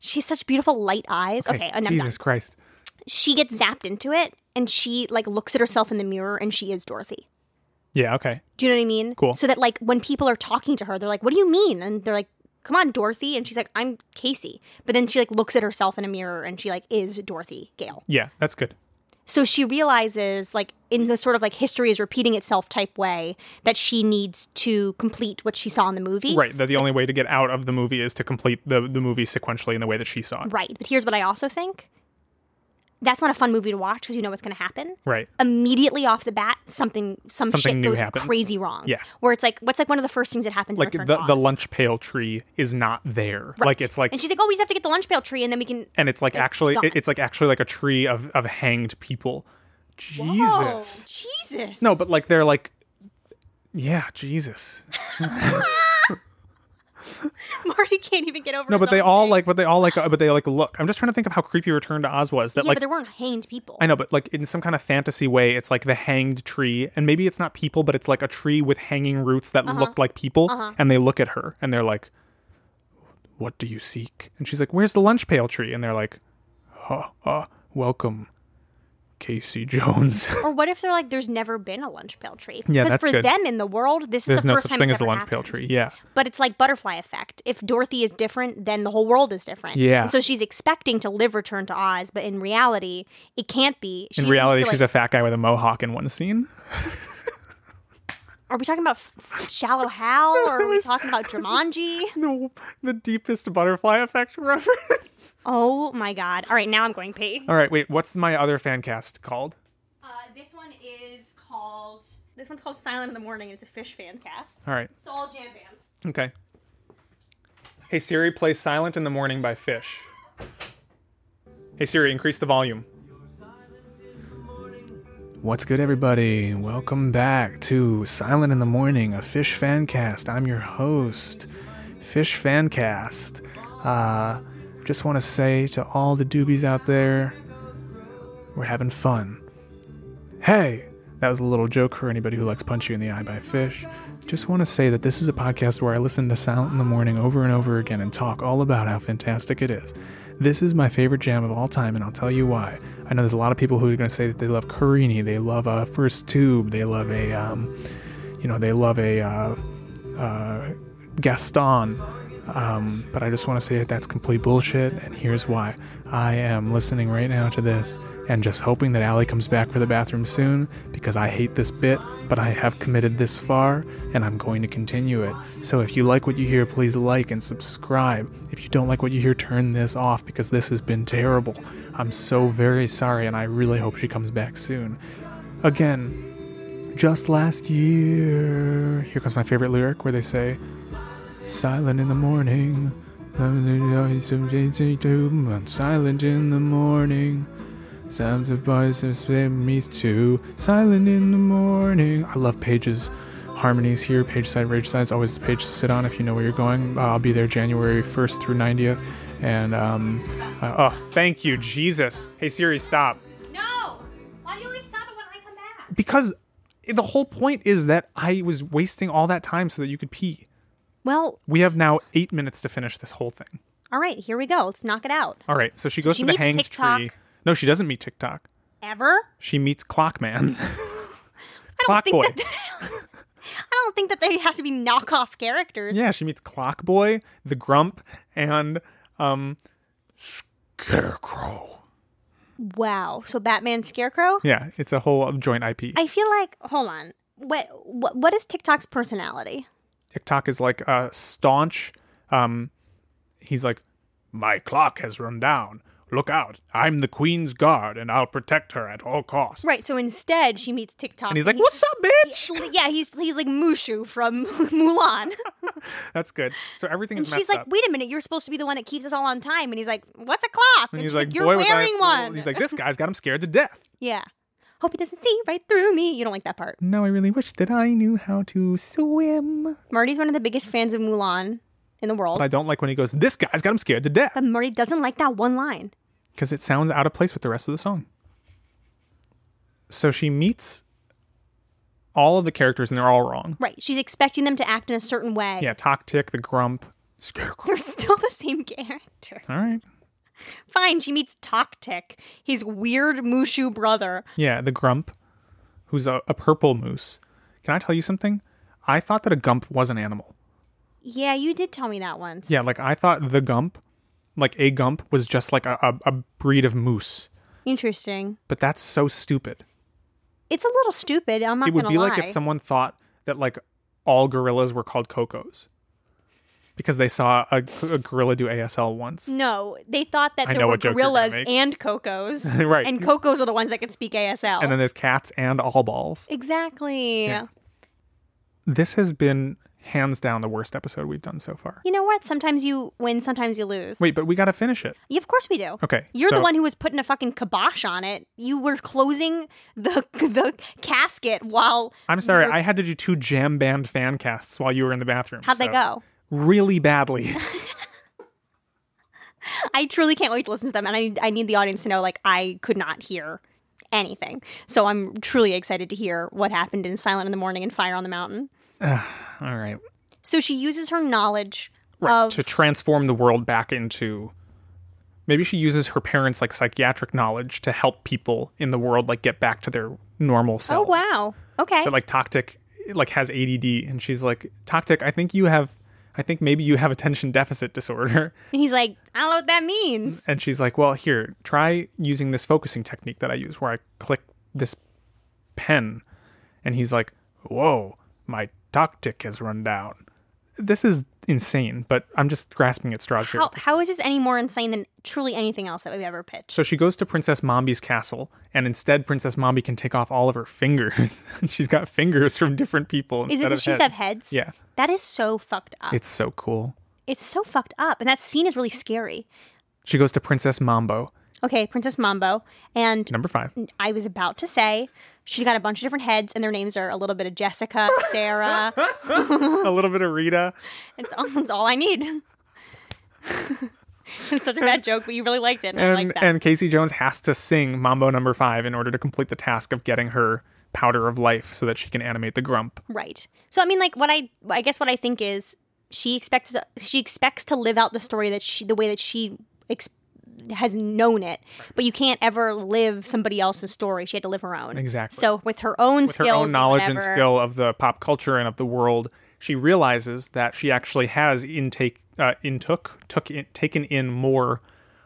Speaker 2: she has such beautiful light eyes. Okay, enough. of that.
Speaker 1: Jesus Christ.
Speaker 2: She gets zapped into it, and she like looks at herself in the mirror, and she is Dorothy.
Speaker 1: Yeah, okay.
Speaker 2: Do you know what I mean?
Speaker 1: Cool.
Speaker 2: So that like when people are talking to her, they're like, "What do you mean?" And they're like, "Come on, Dorothy." And she's like, "I'm Casey." But then she like looks at herself in a mirror and she like is Dorothy Gale.
Speaker 1: Yeah, that's good.
Speaker 2: So she realizes like in the sort of like history is repeating itself type way that she needs to complete what she saw in the movie.
Speaker 1: Right, that the only way to get out of the movie is to complete the, the movie sequentially in the way that she saw it.
Speaker 2: Right. But here's what I also think. That's not a fun movie to watch because you know what's going to happen.
Speaker 1: Right.
Speaker 2: Immediately off the bat, something some
Speaker 1: Something
Speaker 2: shit
Speaker 1: new
Speaker 2: goes
Speaker 1: happens.
Speaker 2: crazy wrong.
Speaker 1: Yeah.
Speaker 2: Where it's like, what's like one of the first things that happens? in
Speaker 1: Like
Speaker 2: Return
Speaker 1: the,
Speaker 2: to
Speaker 1: the
Speaker 2: Oz?
Speaker 1: lunch pail tree is not there. Like
Speaker 2: Right.
Speaker 1: it's like
Speaker 2: and she's like, oh, we just have to get the lunch pail tree, and then we can.
Speaker 1: and it's like,
Speaker 2: like,
Speaker 1: actually
Speaker 2: gone.
Speaker 1: it- it's like actually like a tree of of hanged people.
Speaker 2: Oh,
Speaker 1: Jesus.
Speaker 2: Jesus.
Speaker 1: No, but like they're like yeah, Jesus.
Speaker 2: Marty can't even get over.
Speaker 1: No,
Speaker 2: his
Speaker 1: but they
Speaker 2: own
Speaker 1: all
Speaker 2: thing.
Speaker 1: like, but they all like, but they like look. I'm just trying to think of how creepy Return to Oz was. That
Speaker 2: Yeah,
Speaker 1: like
Speaker 2: but there weren't hanged people.
Speaker 1: I know, but like in some kind of fantasy way, it's like the hanged tree, and maybe it's not people, but it's like a tree with hanging roots
Speaker 2: Uh-huh.
Speaker 1: that look like people, and they look at her and they're like, "What do you seek?" And she's like, "Where's the lunch pail tree?" And they're like, "Ha ha, welcome, Casey Jones."
Speaker 2: Or what if they're like, there's never been a lunch pail tree?
Speaker 1: Yeah,
Speaker 2: Because
Speaker 1: that's
Speaker 2: for
Speaker 1: good.
Speaker 2: them in the world, this is
Speaker 1: There's
Speaker 2: the
Speaker 1: no
Speaker 2: first
Speaker 1: such
Speaker 2: time
Speaker 1: thing
Speaker 2: it's
Speaker 1: as a
Speaker 2: ever
Speaker 1: lunch pail
Speaker 2: happened.
Speaker 1: tree. Yeah,
Speaker 2: But it's like butterfly effect. If Dorothy is different, then the whole world is different.
Speaker 1: Yeah.
Speaker 2: And so she's expecting to live Return to Oz, but in reality, it can't be. She's
Speaker 1: in reality,
Speaker 2: used to,
Speaker 1: she's a
Speaker 2: like-
Speaker 1: fat guy with a mohawk in one scene.
Speaker 2: Are we talking about f- Shallow Hal? or are we talking about Jumanji?
Speaker 1: The, the deepest butterfly effect reference.
Speaker 2: Oh my God! All right, now I'm going pee.
Speaker 1: All right, wait, what's my other fan cast called?
Speaker 2: Uh, this one is called. This one's called Silent in the Morning. and It's a fish fan cast.
Speaker 1: All right.
Speaker 2: It's all jam bands.
Speaker 1: Okay. Hey Siri, play Silent in the Morning by Fish. Hey Siri, increase the volume.
Speaker 4: What's good, everybody? Welcome back to Silent in the Morning, a Fish fan cast. I'm your host, Fish fan cast. Uh, just want to say to all the doobies out there, we're having fun. Hey! That was a little joke for anybody who likes Punch You in the Eye by Fish. Just want to say that this is a podcast where I listen to Silent in the Morning over and over again and talk all about how fantastic it is. This is my favorite jam of all time, and I'll tell you why. I know there's a lot of people who are going to say that they love Carini, they love a First Tube, they love a, um, you know, they love a uh, uh, Gaston. Um, but I just want to say that that's complete bullshit, and here's why. I am listening right now to this and just hoping that Allie comes back for the bathroom soon because I hate this bit, but I have committed this far and I'm going to continue it. So if you like what you hear, please like and subscribe. If you don't like what you hear, turn this off because this has been terrible. I'm so very sorry, and I really hope she comes back soon. Again, just last year, here comes my favorite lyric where they say, Silent in the morning. I'm silent in the morning. Sounds of voices fit me too. Silent in the morning. I love pages. Harmonies here, page side, rage side is always the page to sit on if you know where you're going. Uh, I'll be there January 1st through 90th. And um, uh, oh,
Speaker 1: Thank you, Jesus. Hey Siri, stop.
Speaker 2: No! Why do you always stop it when I come back?
Speaker 1: Because the whole point is that I was wasting all that time so that you could pee.
Speaker 2: Well,
Speaker 1: We have now eight minutes to finish this whole thing.
Speaker 2: all right, here we go. Let's knock it out.
Speaker 1: All right, so she goes
Speaker 2: she
Speaker 1: to the
Speaker 2: meets
Speaker 1: hanged
Speaker 2: TikTok.
Speaker 1: tree. No, she doesn't meet TikTok.
Speaker 2: Ever?
Speaker 1: She meets Clockman.
Speaker 2: I don't
Speaker 1: Clock
Speaker 2: think
Speaker 1: Boy.
Speaker 2: that. I don't think that they have to be knockoff characters.
Speaker 1: yeah, she meets Clockboy, the Grump, and um, Scarecrow.
Speaker 2: Wow. So Batman Scarecrow?
Speaker 1: Yeah, it's a whole joint IP.
Speaker 2: I feel like hold on. What what what is TikTok's personality?
Speaker 1: TikTok is like a staunch. Um, he's like,
Speaker 4: my clock has run down. Look out. I'm the Queen's guard and I'll protect her at all costs.
Speaker 2: Right. So instead, she meets TikTok.
Speaker 1: and he's like, "What's up, bitch?"
Speaker 2: Yeah, he's he's like Mushu from Mulan.
Speaker 1: That's good. So everything's
Speaker 2: And
Speaker 1: messed
Speaker 2: she's like,
Speaker 1: up.
Speaker 2: "Wait a minute, you're supposed to be the one that keeps us all on time." And he's like, "What's a clock?"
Speaker 1: and
Speaker 2: she's
Speaker 1: he's like,
Speaker 2: "You're
Speaker 1: "Boy, was I
Speaker 2: wearing
Speaker 1: a fool."
Speaker 2: one."
Speaker 1: He's like, "This guy's got him scared to death."
Speaker 2: "Yeah, hope he doesn't see right through me." You don't like that part.
Speaker 1: No, I really wish that I knew how to swim.
Speaker 2: Marty's one of the biggest fans of Mulan in the world,
Speaker 1: But I don't like when he goes, "This guy's got him scared to death,"
Speaker 2: but Marty doesn't like that one line.
Speaker 1: because it sounds out of place with the rest of the song. So she meets all of the characters, and they're all wrong.
Speaker 2: Right. She's expecting them to act in a certain way.
Speaker 1: Yeah, Tok Tick, the Grump, Scarecrow.
Speaker 2: They're still the same character.
Speaker 1: All right.
Speaker 2: Fine, she meets Toktik, his weird Mushu brother.
Speaker 1: Yeah, the grump, who's a, a purple moose. Can I tell you something? I thought that a gump was an animal.
Speaker 2: Yeah, you did tell me that once.
Speaker 1: Yeah, like I thought the gump, like a gump, was just like a, a, a breed of moose.
Speaker 2: Interesting.
Speaker 1: But that's so stupid.
Speaker 2: It's a little stupid. I'm not
Speaker 1: it would
Speaker 2: gonna
Speaker 1: be
Speaker 2: lie.
Speaker 1: like if someone thought that like all gorillas were called cocos because they saw a, a gorilla do ASL once.
Speaker 2: No, they thought that
Speaker 1: I
Speaker 2: there
Speaker 1: know
Speaker 2: were
Speaker 1: what joke you're gonna
Speaker 2: gorillas
Speaker 1: make.
Speaker 2: and cocos.
Speaker 1: Right.
Speaker 2: And cocos are the ones that can speak ASL.
Speaker 1: And then there's cats and all balls.
Speaker 2: exactly.
Speaker 1: Yeah. This has been hands down the worst episode we've done so far.
Speaker 2: You know what? Sometimes you win, sometimes you lose.
Speaker 1: Wait, but we got to finish it.
Speaker 2: Yeah, of course we do.
Speaker 1: Okay,
Speaker 2: You're the
Speaker 1: so-
Speaker 2: one who was putting a fucking kibosh on it. You were closing the the casket while
Speaker 1: I'm sorry, I had to do two jam band fan casts while you were in the bathroom.
Speaker 2: How'd they
Speaker 1: so
Speaker 2: go?
Speaker 1: really badly.
Speaker 2: I truly can't wait to listen to them, and I need, I need the audience to know like I could not hear anything. So I'm truly excited to hear what happened in Silent in the Morning and Fire on the Mountain.
Speaker 1: All right.
Speaker 2: So she uses her knowledge
Speaker 1: Right.
Speaker 2: of
Speaker 1: to transform the world back into maybe she uses her parents like psychiatric knowledge to help people in the world like get back to their normal
Speaker 2: oh
Speaker 1: selves.
Speaker 2: wow okay
Speaker 1: But like Toctic like has ADD and she's like Toctic, I think you have I think maybe you have attention deficit disorder.
Speaker 2: and he's like I don't know what that means
Speaker 1: And she's like, "Well, here, try using this focusing technique that I use where I click this pen." And he's like, "Whoa, my Toctic has run down." This is insane, but I'm just grasping at straws here.
Speaker 2: how, how is this any more insane than truly anything else that we've ever pitched
Speaker 1: So she goes to Princess Mombi's castle, and instead Princess Mombi can take off all of her fingers. she's got fingers from different people.
Speaker 2: is
Speaker 1: instead
Speaker 2: it that
Speaker 1: of
Speaker 2: she just have heads
Speaker 1: Yeah.
Speaker 2: that is so fucked up
Speaker 1: It's so cool.
Speaker 2: it's so fucked up and that scene is really scary
Speaker 1: She goes to Princess Mambo,
Speaker 2: okay Princess Mambo and
Speaker 1: number five.
Speaker 2: I was about to say she's got a bunch of different heads and their names are a little bit of Jessica Sarah
Speaker 1: a little bit of Rita.
Speaker 2: It's all, it's all I need. it's such a bad joke, but you really liked it. And, I
Speaker 1: And,
Speaker 2: like that.
Speaker 1: and Casey Jones has to sing Mambo number five in order to complete the task of getting her powder of life so that she can animate the grump.
Speaker 2: right. So I mean, like, what I I guess what I think is she expects she expects to live out the story that she the way that she ex- has known it, but you can't ever live somebody else's story. She had to live her own.
Speaker 1: Exactly.
Speaker 2: So with her own
Speaker 1: with
Speaker 2: skills,
Speaker 1: her own knowledge and
Speaker 2: whatever-
Speaker 1: skill of the pop culture and of the world, she realizes that she actually has intake uh, intook took in, taken in more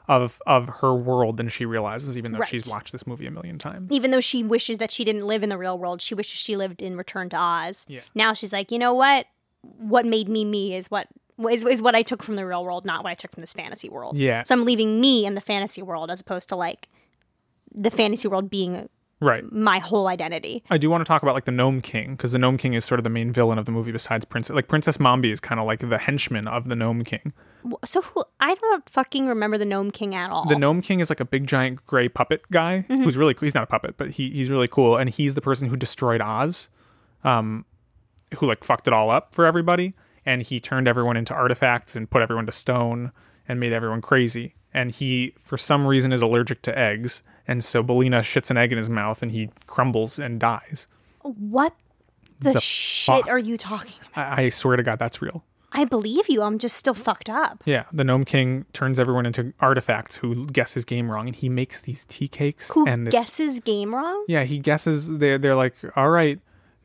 Speaker 1: of of her world than she realizes, even though
Speaker 2: Right.
Speaker 1: she's watched this movie a million times.
Speaker 2: even though she wishes that she didn't live in the real world, she wishes she lived in Return to Oz. Now she's like, you know what? What made me me is what is, is what I took from the real world, not what I took from this fantasy world.
Speaker 1: Yeah.
Speaker 2: So I'm leaving me in the fantasy world as opposed to like the fantasy world being
Speaker 1: Right.
Speaker 2: my whole identity.
Speaker 1: I do want to talk about like the Gnome King because the Gnome King is sort of the main villain of the movie. Besides Princess, like Princess Mombi is kind of like the henchman of the Gnome King.
Speaker 2: So who I don't fucking remember the Gnome King at all.
Speaker 1: The Gnome King is like a big giant gray puppet guy
Speaker 2: Mm-hmm.
Speaker 1: who's really cool. He's not a puppet, but he he's really cool, and he's the person who destroyed Oz, um, who like fucked it all up for everybody, and he turned everyone into artifacts and put everyone to stone and made everyone crazy. And he, for some reason, is allergic to eggs, and so Belina shits an egg in his mouth, and he crumbles and dies.
Speaker 2: what the, shit
Speaker 1: fuck?
Speaker 2: are you talking about?
Speaker 1: I, I swear to God, that's real.
Speaker 2: I believe you. I'm just still fucked up.
Speaker 1: Yeah, the Gnome King turns everyone into artifacts who guess his game wrong, and he makes these tea cakes
Speaker 2: Who
Speaker 1: and this
Speaker 2: guesses game wrong?
Speaker 1: Yeah, he guesses they're they're like, all right,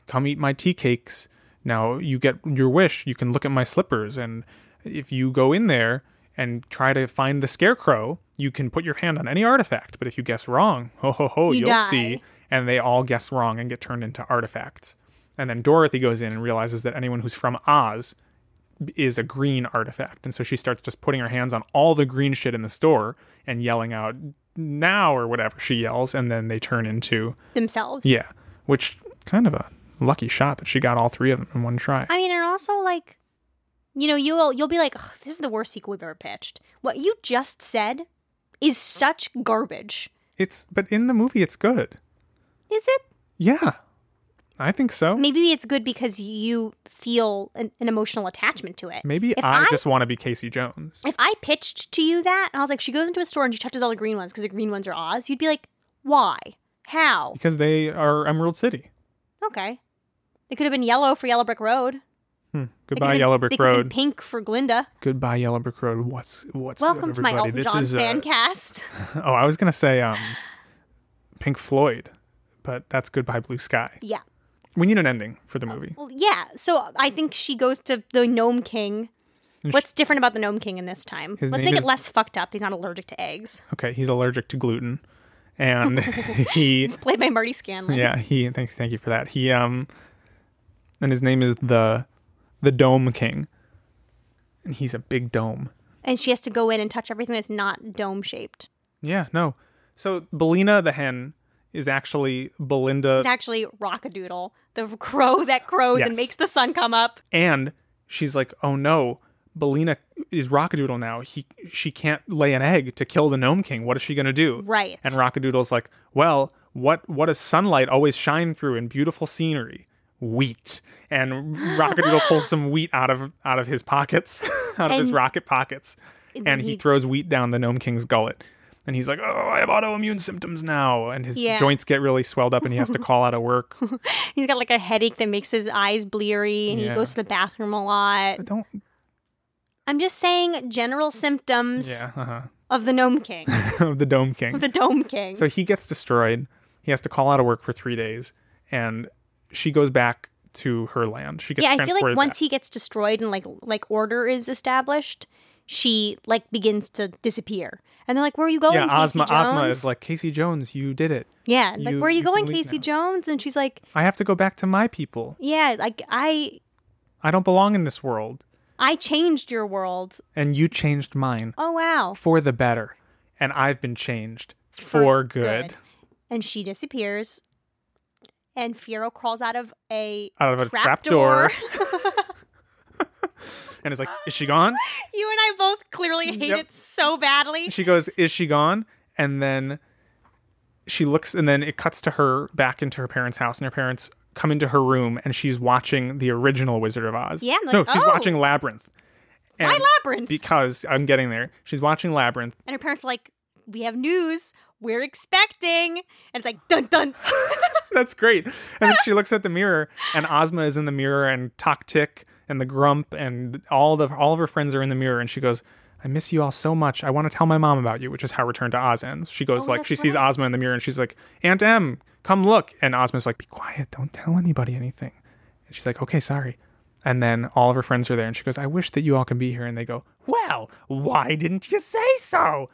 Speaker 1: come eat my tea cakes. Now you get your wish. You can look at my slippers, and if you go in there and try to find the scarecrow, you can put your hand on any artifact. But if you guess wrong, ho ho ho,
Speaker 2: You
Speaker 1: you will
Speaker 2: die.
Speaker 1: see. And they all guess wrong and get turned into artifacts. And then Dorothy goes in and realizes that anyone who's from Oz is a green artifact. And so she starts just putting her hands on all the green shit in the store and yelling out now or whatever she yells. And then they turn into,
Speaker 2: Themselves.
Speaker 1: yeah, which kind of a lucky shot that she got all three of them in one try.
Speaker 2: I mean, and also like, you know, you'll you'll be like, "Ugh, this is the worst sequel we've ever pitched. What you just said is such garbage.
Speaker 1: It's, but in the movie, it's good.
Speaker 2: Is it?
Speaker 1: Yeah. I think so.
Speaker 2: Maybe it's good because you feel an, an emotional attachment to it.
Speaker 1: Maybe
Speaker 2: if
Speaker 1: I just want to be Casey Jones.
Speaker 2: if I pitched to you that and I was like, she goes into a store and she touches all the green ones because the green ones are Oz, you'd be like, why? How?
Speaker 1: Because they are Emerald City.
Speaker 2: Okay. It could have been yellow for Yellow Brick Road. They could have
Speaker 1: Hmm, Goodbye,
Speaker 2: been-
Speaker 1: Yellow
Speaker 2: they
Speaker 1: Brick
Speaker 2: could have been
Speaker 1: Road.
Speaker 2: pink for Glinda.
Speaker 1: Goodbye, Yellow Brick Road. What's what's up,
Speaker 2: Welcome to my
Speaker 1: everybody?
Speaker 2: Elton
Speaker 1: This
Speaker 2: John
Speaker 1: is, uh,
Speaker 2: fan cast.
Speaker 1: Oh, I was gonna say um, Pink Floyd, but that's Goodbye Blue Sky.
Speaker 2: yeah.
Speaker 1: We need an ending for the movie.
Speaker 2: Well, yeah. So I think she goes to the Gnome King. What's different about the Gnome King in this time?
Speaker 1: His
Speaker 2: Let's
Speaker 1: name
Speaker 2: make
Speaker 1: is-
Speaker 2: it less fucked up. He's not allergic to eggs.
Speaker 1: Okay, he's allergic to gluten, and he
Speaker 2: It's played by Marty Scanlon.
Speaker 1: yeah he thanks thank you for that. He um, and his name is the the Dome King, and he's a big dome.
Speaker 2: And she has to go in and touch everything that's not dome shaped.
Speaker 1: Yeah, no. So Belina the hen is actually Belinda
Speaker 2: It's actually Rockadoodle, the crow that crows and
Speaker 1: Yes.
Speaker 2: makes the sun come up.
Speaker 1: and she's like, "Oh no, Belina is Rockadoodle now. He she can't lay an egg to kill the Gnome King. What is she gonna do?"
Speaker 2: Right.
Speaker 1: And Rockadoodle's like, "Well, what what does sunlight always shine through in beautiful scenery? wheat, and Rocket Beetle pulls some wheat out of out of his pockets, out of his
Speaker 2: And-
Speaker 1: rocket pockets,
Speaker 2: And
Speaker 1: and he,
Speaker 2: he-
Speaker 1: throws wheat down the Gnome King's gullet. And he's like, "Oh, I have autoimmune symptoms now," and his
Speaker 2: Yeah.
Speaker 1: joints get really swelled up, and he has to call out of work.
Speaker 2: He's got like a headache that makes his eyes bleary and
Speaker 1: Yeah.
Speaker 2: he goes to the bathroom a lot.
Speaker 1: Don't,
Speaker 2: I'm just saying general symptoms
Speaker 1: yeah, uh-huh.
Speaker 2: of the Gnome King,
Speaker 1: of the Dome King.
Speaker 2: the Dome King.
Speaker 1: So he gets destroyed. He has to call out of work for three days, and she goes back to her land. She gets
Speaker 2: yeah, I feel
Speaker 1: transported
Speaker 2: like once
Speaker 1: back.
Speaker 2: he gets destroyed and like like order is established, she like begins to disappear. And they're like, "Where are you going,
Speaker 1: yeah,
Speaker 2: Oh, Casey
Speaker 1: Ozma,
Speaker 2: Jones?"
Speaker 1: Ozma is like Casey Jones. You did it.
Speaker 2: "Yeah, like
Speaker 1: "You-
Speaker 2: where are you,
Speaker 1: you can
Speaker 2: going,
Speaker 1: leave
Speaker 2: Casey
Speaker 1: now."
Speaker 2: Jones?" And she's like,
Speaker 1: I have to go back to my people.
Speaker 2: "Yeah, like I
Speaker 1: I don't belong in this world,
Speaker 2: I changed your world.
Speaker 1: and you changed mine
Speaker 2: Oh wow,
Speaker 1: for the better, and I've been changed for good.
Speaker 2: And she disappears. And Fiero crawls out of a
Speaker 1: Out of a trap
Speaker 2: trapdoor.
Speaker 1: door. And it's like, is she gone?
Speaker 2: you and I both clearly hate
Speaker 1: Yep.
Speaker 2: it so badly.
Speaker 1: she goes, "Is she gone?" And then she looks, and then it cuts to her back into her parents' house, and her parents come into her room, and she's watching the original Wizard of Oz.
Speaker 2: Yeah, I'm like,
Speaker 1: no, she's
Speaker 2: "Oh."
Speaker 1: watching Labyrinth. And
Speaker 2: Why Labyrinth?
Speaker 1: Because I'm getting there. She's watching Labyrinth.
Speaker 2: and her parents are like, "We have news. We're expecting." And it's like dun dun.
Speaker 1: That's great. And then she looks at the mirror, and Ozma is in the mirror, and Tok Tick and the Grump and all the all of her friends are in the mirror, and she goes. I miss you all so much. I want to tell my mom about you, which is how Return to Oz ends. She goes
Speaker 2: Oh,
Speaker 1: like she
Speaker 2: that's
Speaker 1: sees
Speaker 2: right.
Speaker 1: Ozma in the mirror and she's like, "Aunt Em, come look." And Ozma's like, "Be quiet. Don't tell anybody anything." And she's like, "Okay, sorry." And then all of her friends are there and she goes, "I wish that you all can be here." And they go, "Well, why didn't you say so?"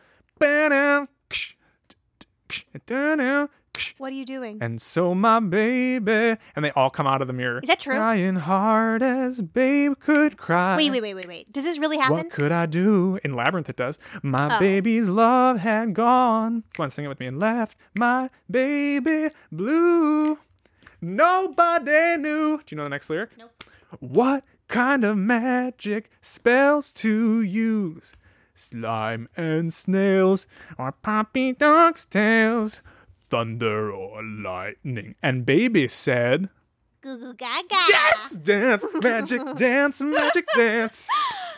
Speaker 2: what are you doing?
Speaker 1: And so my baby, and they all come out of the mirror.
Speaker 2: Is that true?
Speaker 1: Crying hard as babe could cry.
Speaker 2: wait, wait, wait, wait, wait. Does this really happen?
Speaker 1: What could I do? In Labyrinth, it does. My
Speaker 2: Oh.
Speaker 1: baby's love had gone. Come on, sing it with me. And left my baby blue. Nobody knew. Do you know the next lyric?
Speaker 2: Nope.
Speaker 1: What kind of magic spells to use? Slime and snails, or poppy dog's tails, thunder or lightning. And baby said,
Speaker 2: Goo goo gaga.
Speaker 1: Yes! Dance, magic, dance, magic, dance.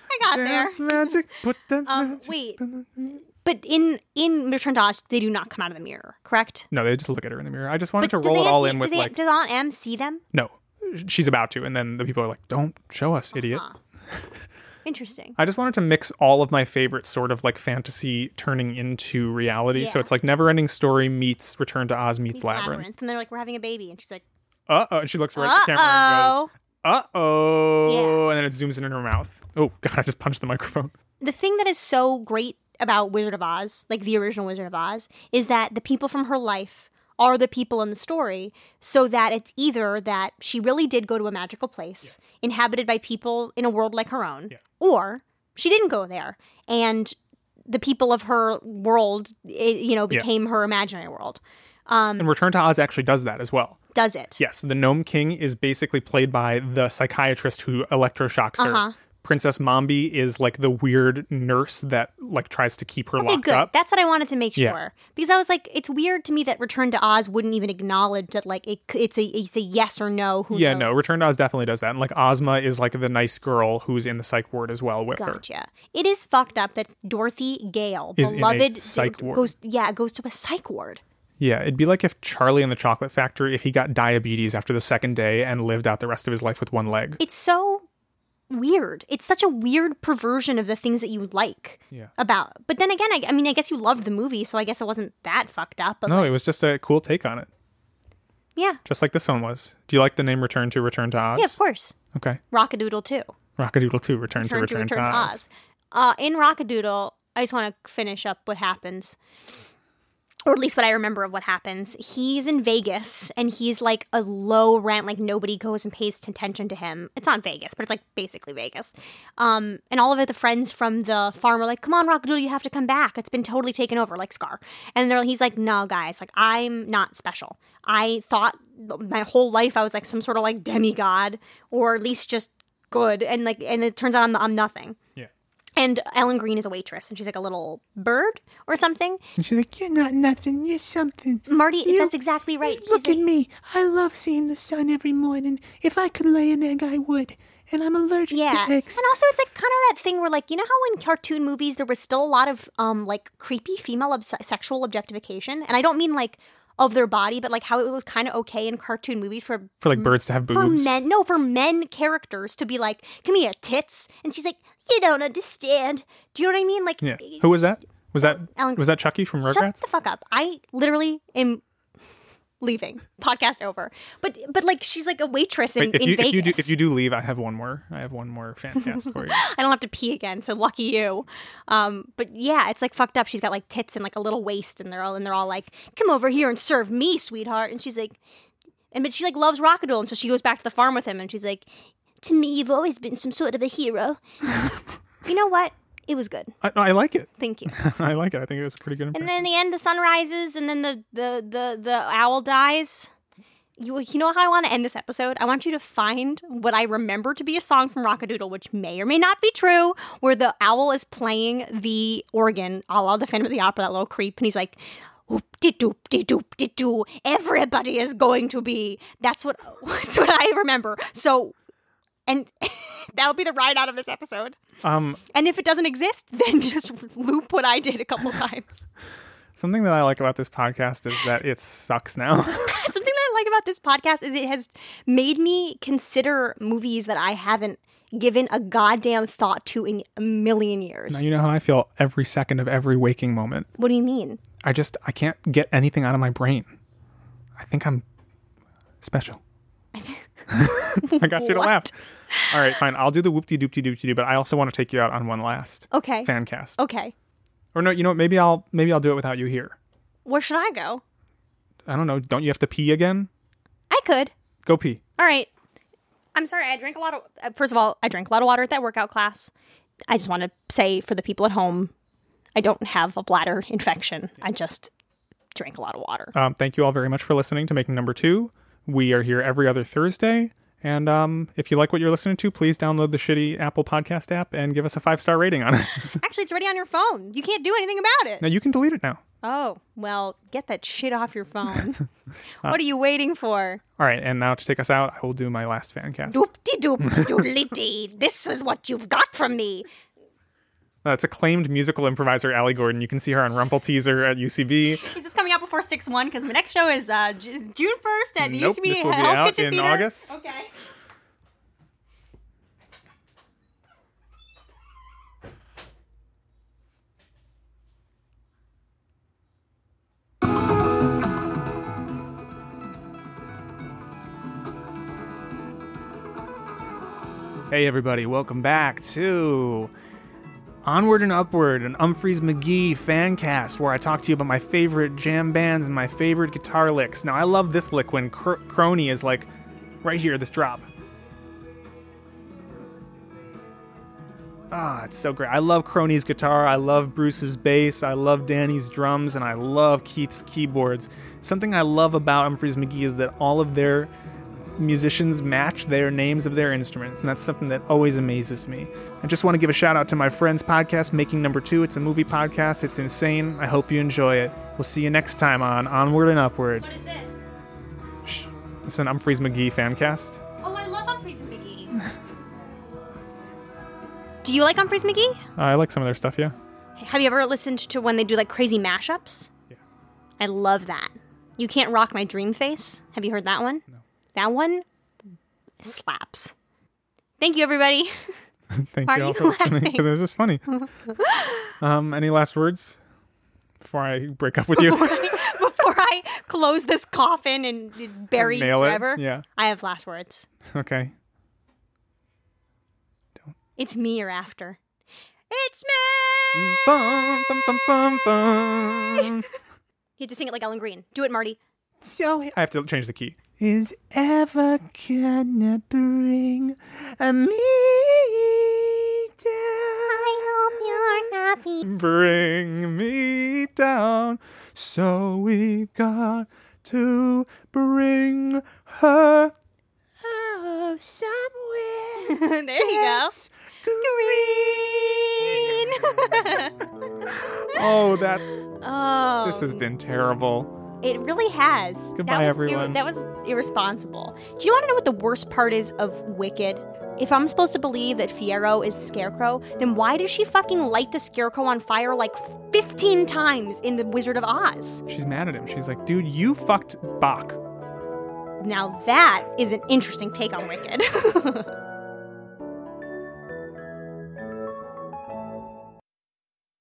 Speaker 2: I got there.
Speaker 1: Dance magic, put dance
Speaker 2: Um,
Speaker 1: magic.
Speaker 2: wait. But in in Return to Oz, they do not come out of the mirror, correct?
Speaker 1: No, they just look at her in the mirror. I just wanted
Speaker 2: But
Speaker 1: to roll
Speaker 2: does
Speaker 1: it
Speaker 2: Aunt
Speaker 1: all
Speaker 2: E-
Speaker 1: in with
Speaker 2: does,
Speaker 1: like,
Speaker 2: Aunt, does Aunt M see them?
Speaker 1: no, she's about to, and then the people are like, "Don't show us,
Speaker 2: Uh-huh.
Speaker 1: idiot."
Speaker 2: Interesting.
Speaker 1: I just wanted to mix all of my favorite sort of like fantasy turning into reality. So
Speaker 2: Yeah.
Speaker 1: it's like never ending story meets Return to Oz meets,
Speaker 2: It's
Speaker 1: Labyrinth.
Speaker 2: And they're like, we're having a baby. And she's like,
Speaker 1: Uh oh. She looks right at
Speaker 2: uh
Speaker 1: the camera and goes,
Speaker 2: oh.
Speaker 1: uh oh. And then it zooms in in her mouth. Oh, God, I just punched the microphone.
Speaker 2: The thing that is so great about Wizard of Oz, like the original Wizard of Oz, is that the people from her life are the people in the story, so that it's either that she really did go to a magical place inhabited by people in a world like her own, or she didn't go there. And the people of her world, it, you know,
Speaker 1: Yeah.
Speaker 2: became her imaginary world. Um,
Speaker 1: And Return to Oz actually does that as well.
Speaker 2: Does it?
Speaker 1: Yes, the Gnome King is basically played by the psychiatrist who electroshocks her.
Speaker 2: Uh-huh.
Speaker 1: Princess Mombi is like the weird nurse that like tries to keep her
Speaker 2: Okay,
Speaker 1: locked
Speaker 2: good.
Speaker 1: up.
Speaker 2: That's what I wanted to make sure
Speaker 1: Yeah.
Speaker 2: because I was like, it's weird to me that Return to Oz wouldn't even acknowledge that like it, c- it's a it's a yes or no. Who
Speaker 1: yeah,
Speaker 2: knows.
Speaker 1: no, Return to Oz definitely does that. And like Ozma is like the nice girl who's in the psych ward as well with her.
Speaker 2: Gotcha. It is fucked up that Dorothy Gale,
Speaker 1: Is in a
Speaker 2: beloved,
Speaker 1: psych ward.
Speaker 2: goes yeah goes to a psych ward.
Speaker 1: Yeah, it'd be like if Charlie in the Chocolate Factory if he got diabetes after the second day and lived out the rest of his life with one leg.
Speaker 2: It's so weird. It's such a weird perversion of the things that you like
Speaker 1: Yeah.
Speaker 2: about. But then again, I, I mean, I guess you loved the movie, so I guess it wasn't that fucked up. But
Speaker 1: no,
Speaker 2: like,
Speaker 1: it was just a cool take on it,
Speaker 2: yeah,
Speaker 1: just like this one was. Do you like the name Return to Return to Oz?
Speaker 2: yeah, of course.
Speaker 1: Okay,
Speaker 2: Rockadoodle too.
Speaker 1: Rockadoodle Two, Return, to Return to, Oz.
Speaker 2: Uh, in Rockadoodle, I just want to finish up what happens, or at least what I remember of what happens. He's in Vegas and he's like a low rent, like nobody goes and pays attention to him. It's not Vegas, but it's like basically Vegas. Um, and all of the friends from the farm are like, "Come on, Rockadoodle, you have to come back. It's been totally taken over, like Scar." And they're, he's like, "No, guys, like I'm not special. I thought my whole life I was like some sort of like demigod, or at least just." good and like and it turns out I'm, I'm nothing
Speaker 1: Yeah.
Speaker 2: And Ellen Green is a waitress, and she's like a little bird or something.
Speaker 6: And she's like, You're not nothing, you're something.
Speaker 2: Marty,
Speaker 6: You-
Speaker 2: that's exactly right. She's
Speaker 6: Look
Speaker 2: like,
Speaker 6: at me. I love seeing the sun every morning. If I could lay an egg, I would. And I'm allergic
Speaker 2: yeah,
Speaker 6: to
Speaker 2: and
Speaker 6: eggs.
Speaker 2: also it's like kind of that thing where, like, you know how in cartoon movies there was still a lot of um like creepy female obs- sexual objectification, and I don't mean like of their body, but like how it was kind of okay in cartoon movies for
Speaker 1: For like birds to have
Speaker 2: Mm. for
Speaker 1: boobs.
Speaker 2: men no for men characters to be like give me a tits and she's like you don't understand do you know what i mean like
Speaker 1: Yeah. Who was that? Was that
Speaker 2: Alan-
Speaker 1: was that Chucky from
Speaker 2: shut
Speaker 1: Rugrats?
Speaker 2: the fuck up i literally am leaving podcast over but but like she's like a waitress in,
Speaker 1: Wait, if
Speaker 2: in
Speaker 1: you
Speaker 2: vegas
Speaker 1: if you do if you do leave, I have one more. I have one more fan cast for you.
Speaker 2: i don't have to pee again so lucky you um but yeah it's like fucked up she's got like tits and like a little waist and they're all and they're all like come over here and serve me sweetheart and she's like and but she like loves rockadoodle and so she goes back to the farm with him and she's like to me you've always been some sort of a hero you know what it was good
Speaker 1: I, I like it.
Speaker 2: thank you
Speaker 1: I like it. I think it was a pretty good. Impression.
Speaker 2: And then in the end, the sun rises, and then the the the, the owl dies. You, you know how I want to end this episode? I want you to find what I remember to be a song from Rockadoodle, which may or may not be true, where the owl is playing the organ, a la the Phantom of the Opera, that little creep, and he's like, "Oop de doop de doop de doo, everybody is going to be." That's what that's what I remember. So, and that'll be the ride out of this episode.
Speaker 1: um,
Speaker 2: And if it doesn't exist, then just loop what I did a couple times.
Speaker 1: something that I like about this podcast is that it sucks now.
Speaker 2: Something that I like about this podcast is it has made me consider movies that I haven't given a goddamn thought to in a million years.
Speaker 1: now you know how I feel every second of every waking moment.
Speaker 2: What do you mean?
Speaker 1: I just I can't get anything out of my brain. I think I'm special. I got you to laugh. All right, fine. I'll do the whoop de doop de doop doo, but I also want to take you out on one last
Speaker 2: Okay.
Speaker 1: fan cast.
Speaker 2: Okay.
Speaker 1: Or no, you know what? Maybe I'll maybe I'll do it without you here.
Speaker 2: Where should I go?
Speaker 1: I don't know. Don't you have to pee again?
Speaker 2: I could.
Speaker 1: Go pee.
Speaker 2: All right. I'm sorry. I drank a lot of. uh, First of all, I drank a lot of water at that workout class. I just want to say for the people at home, I don't have a bladder infection. I just drank a lot of water.
Speaker 1: Um, thank you all very much for listening to Making Number Two. We are here every other Thursday. And um, if you like what you're listening to, please download the shitty Apple Podcast app and give us a five star rating on it.
Speaker 2: Actually, it's already on your phone. You can't do anything about it.
Speaker 1: now you can delete it now.
Speaker 2: Oh, well, get that shit off your phone. what are you waiting for?
Speaker 1: All right, and now to take us out, I will do my last fan cast.
Speaker 2: Doop de doop doodly dee. This is what you've got from me.
Speaker 1: Uh, it's acclaimed musical improviser Allie Gordon. You can see her on Rumple Teaser at UCB.
Speaker 2: Is this coming out before 6 1? Because my next show is uh, J- June 1st at the
Speaker 1: Nope,
Speaker 2: UCB
Speaker 1: this will be
Speaker 2: Hell's
Speaker 1: out
Speaker 2: Kitchen
Speaker 1: in
Speaker 2: Theater.
Speaker 1: August.
Speaker 2: Okay.
Speaker 1: Hey, everybody, welcome back to Onward and Upward, an Umphreys McGee fan cast where I talk to you about my favorite jam bands and my favorite guitar licks. Now, I love this lick when cr- Crony is like right here, this drop. Ah, it's so great. I love Crony's guitar. I love Bruce's bass. I love Danny's drums, and I love Keith's keyboards. Something I love about Humphreys McGee is that all of their musicians match their names of their instruments, and that's something that always amazes me. I just want to give a shout out to my friend's podcast, Making Number Two. It's a movie podcast. It's insane. I hope you enjoy it. We'll see you next time on Onward and Upward.
Speaker 2: What is this?
Speaker 1: Shh. It's an Humphreys McGee fan cast.
Speaker 2: Oh, I love Humphreys McGee. do you like Humphreys McGee?
Speaker 1: I like some of their stuff, yeah.
Speaker 2: Have you ever listened to when they do like crazy mashups?
Speaker 1: Yeah.
Speaker 2: I love that. You can't rock my dream face. Have you heard that one? No. That one slaps. Thank you, everybody.
Speaker 1: Thank
Speaker 2: Why are
Speaker 1: you all
Speaker 2: you
Speaker 1: for listening
Speaker 2: laughing?
Speaker 1: because it was just funny. um, any last words before I break up with you?
Speaker 2: Before I close this coffin and bury you
Speaker 1: Nail it,
Speaker 2: forever,
Speaker 1: yeah.
Speaker 2: I have last words.
Speaker 1: okay.
Speaker 2: It's me you're after. It's me.
Speaker 1: Mm. Bum, bum, bum, bum, bum.
Speaker 2: You have to sing it like Ellen Green. Do it, Marty.
Speaker 6: so it
Speaker 1: I have to change the key.
Speaker 6: is ever gonna bring a me down.
Speaker 2: You're happy.
Speaker 1: Bring me down, so we've got to bring her
Speaker 6: Oh, somewhere
Speaker 2: there you go.
Speaker 6: green.
Speaker 1: Oh, that's
Speaker 2: Oh,
Speaker 1: this has been terrible.
Speaker 2: it really has.
Speaker 1: Goodbye,
Speaker 2: that was
Speaker 1: everyone.
Speaker 2: that was irresponsible. Do you want to know what the worst part is of Wicked? If I'm supposed to believe that Fiero is the Scarecrow, then why does she fucking light the Scarecrow on fire like 15 times in The Wizard of Oz?
Speaker 1: She's mad at him. She's like, dude, you fucked Bach.
Speaker 2: Now that is an interesting take on Wicked.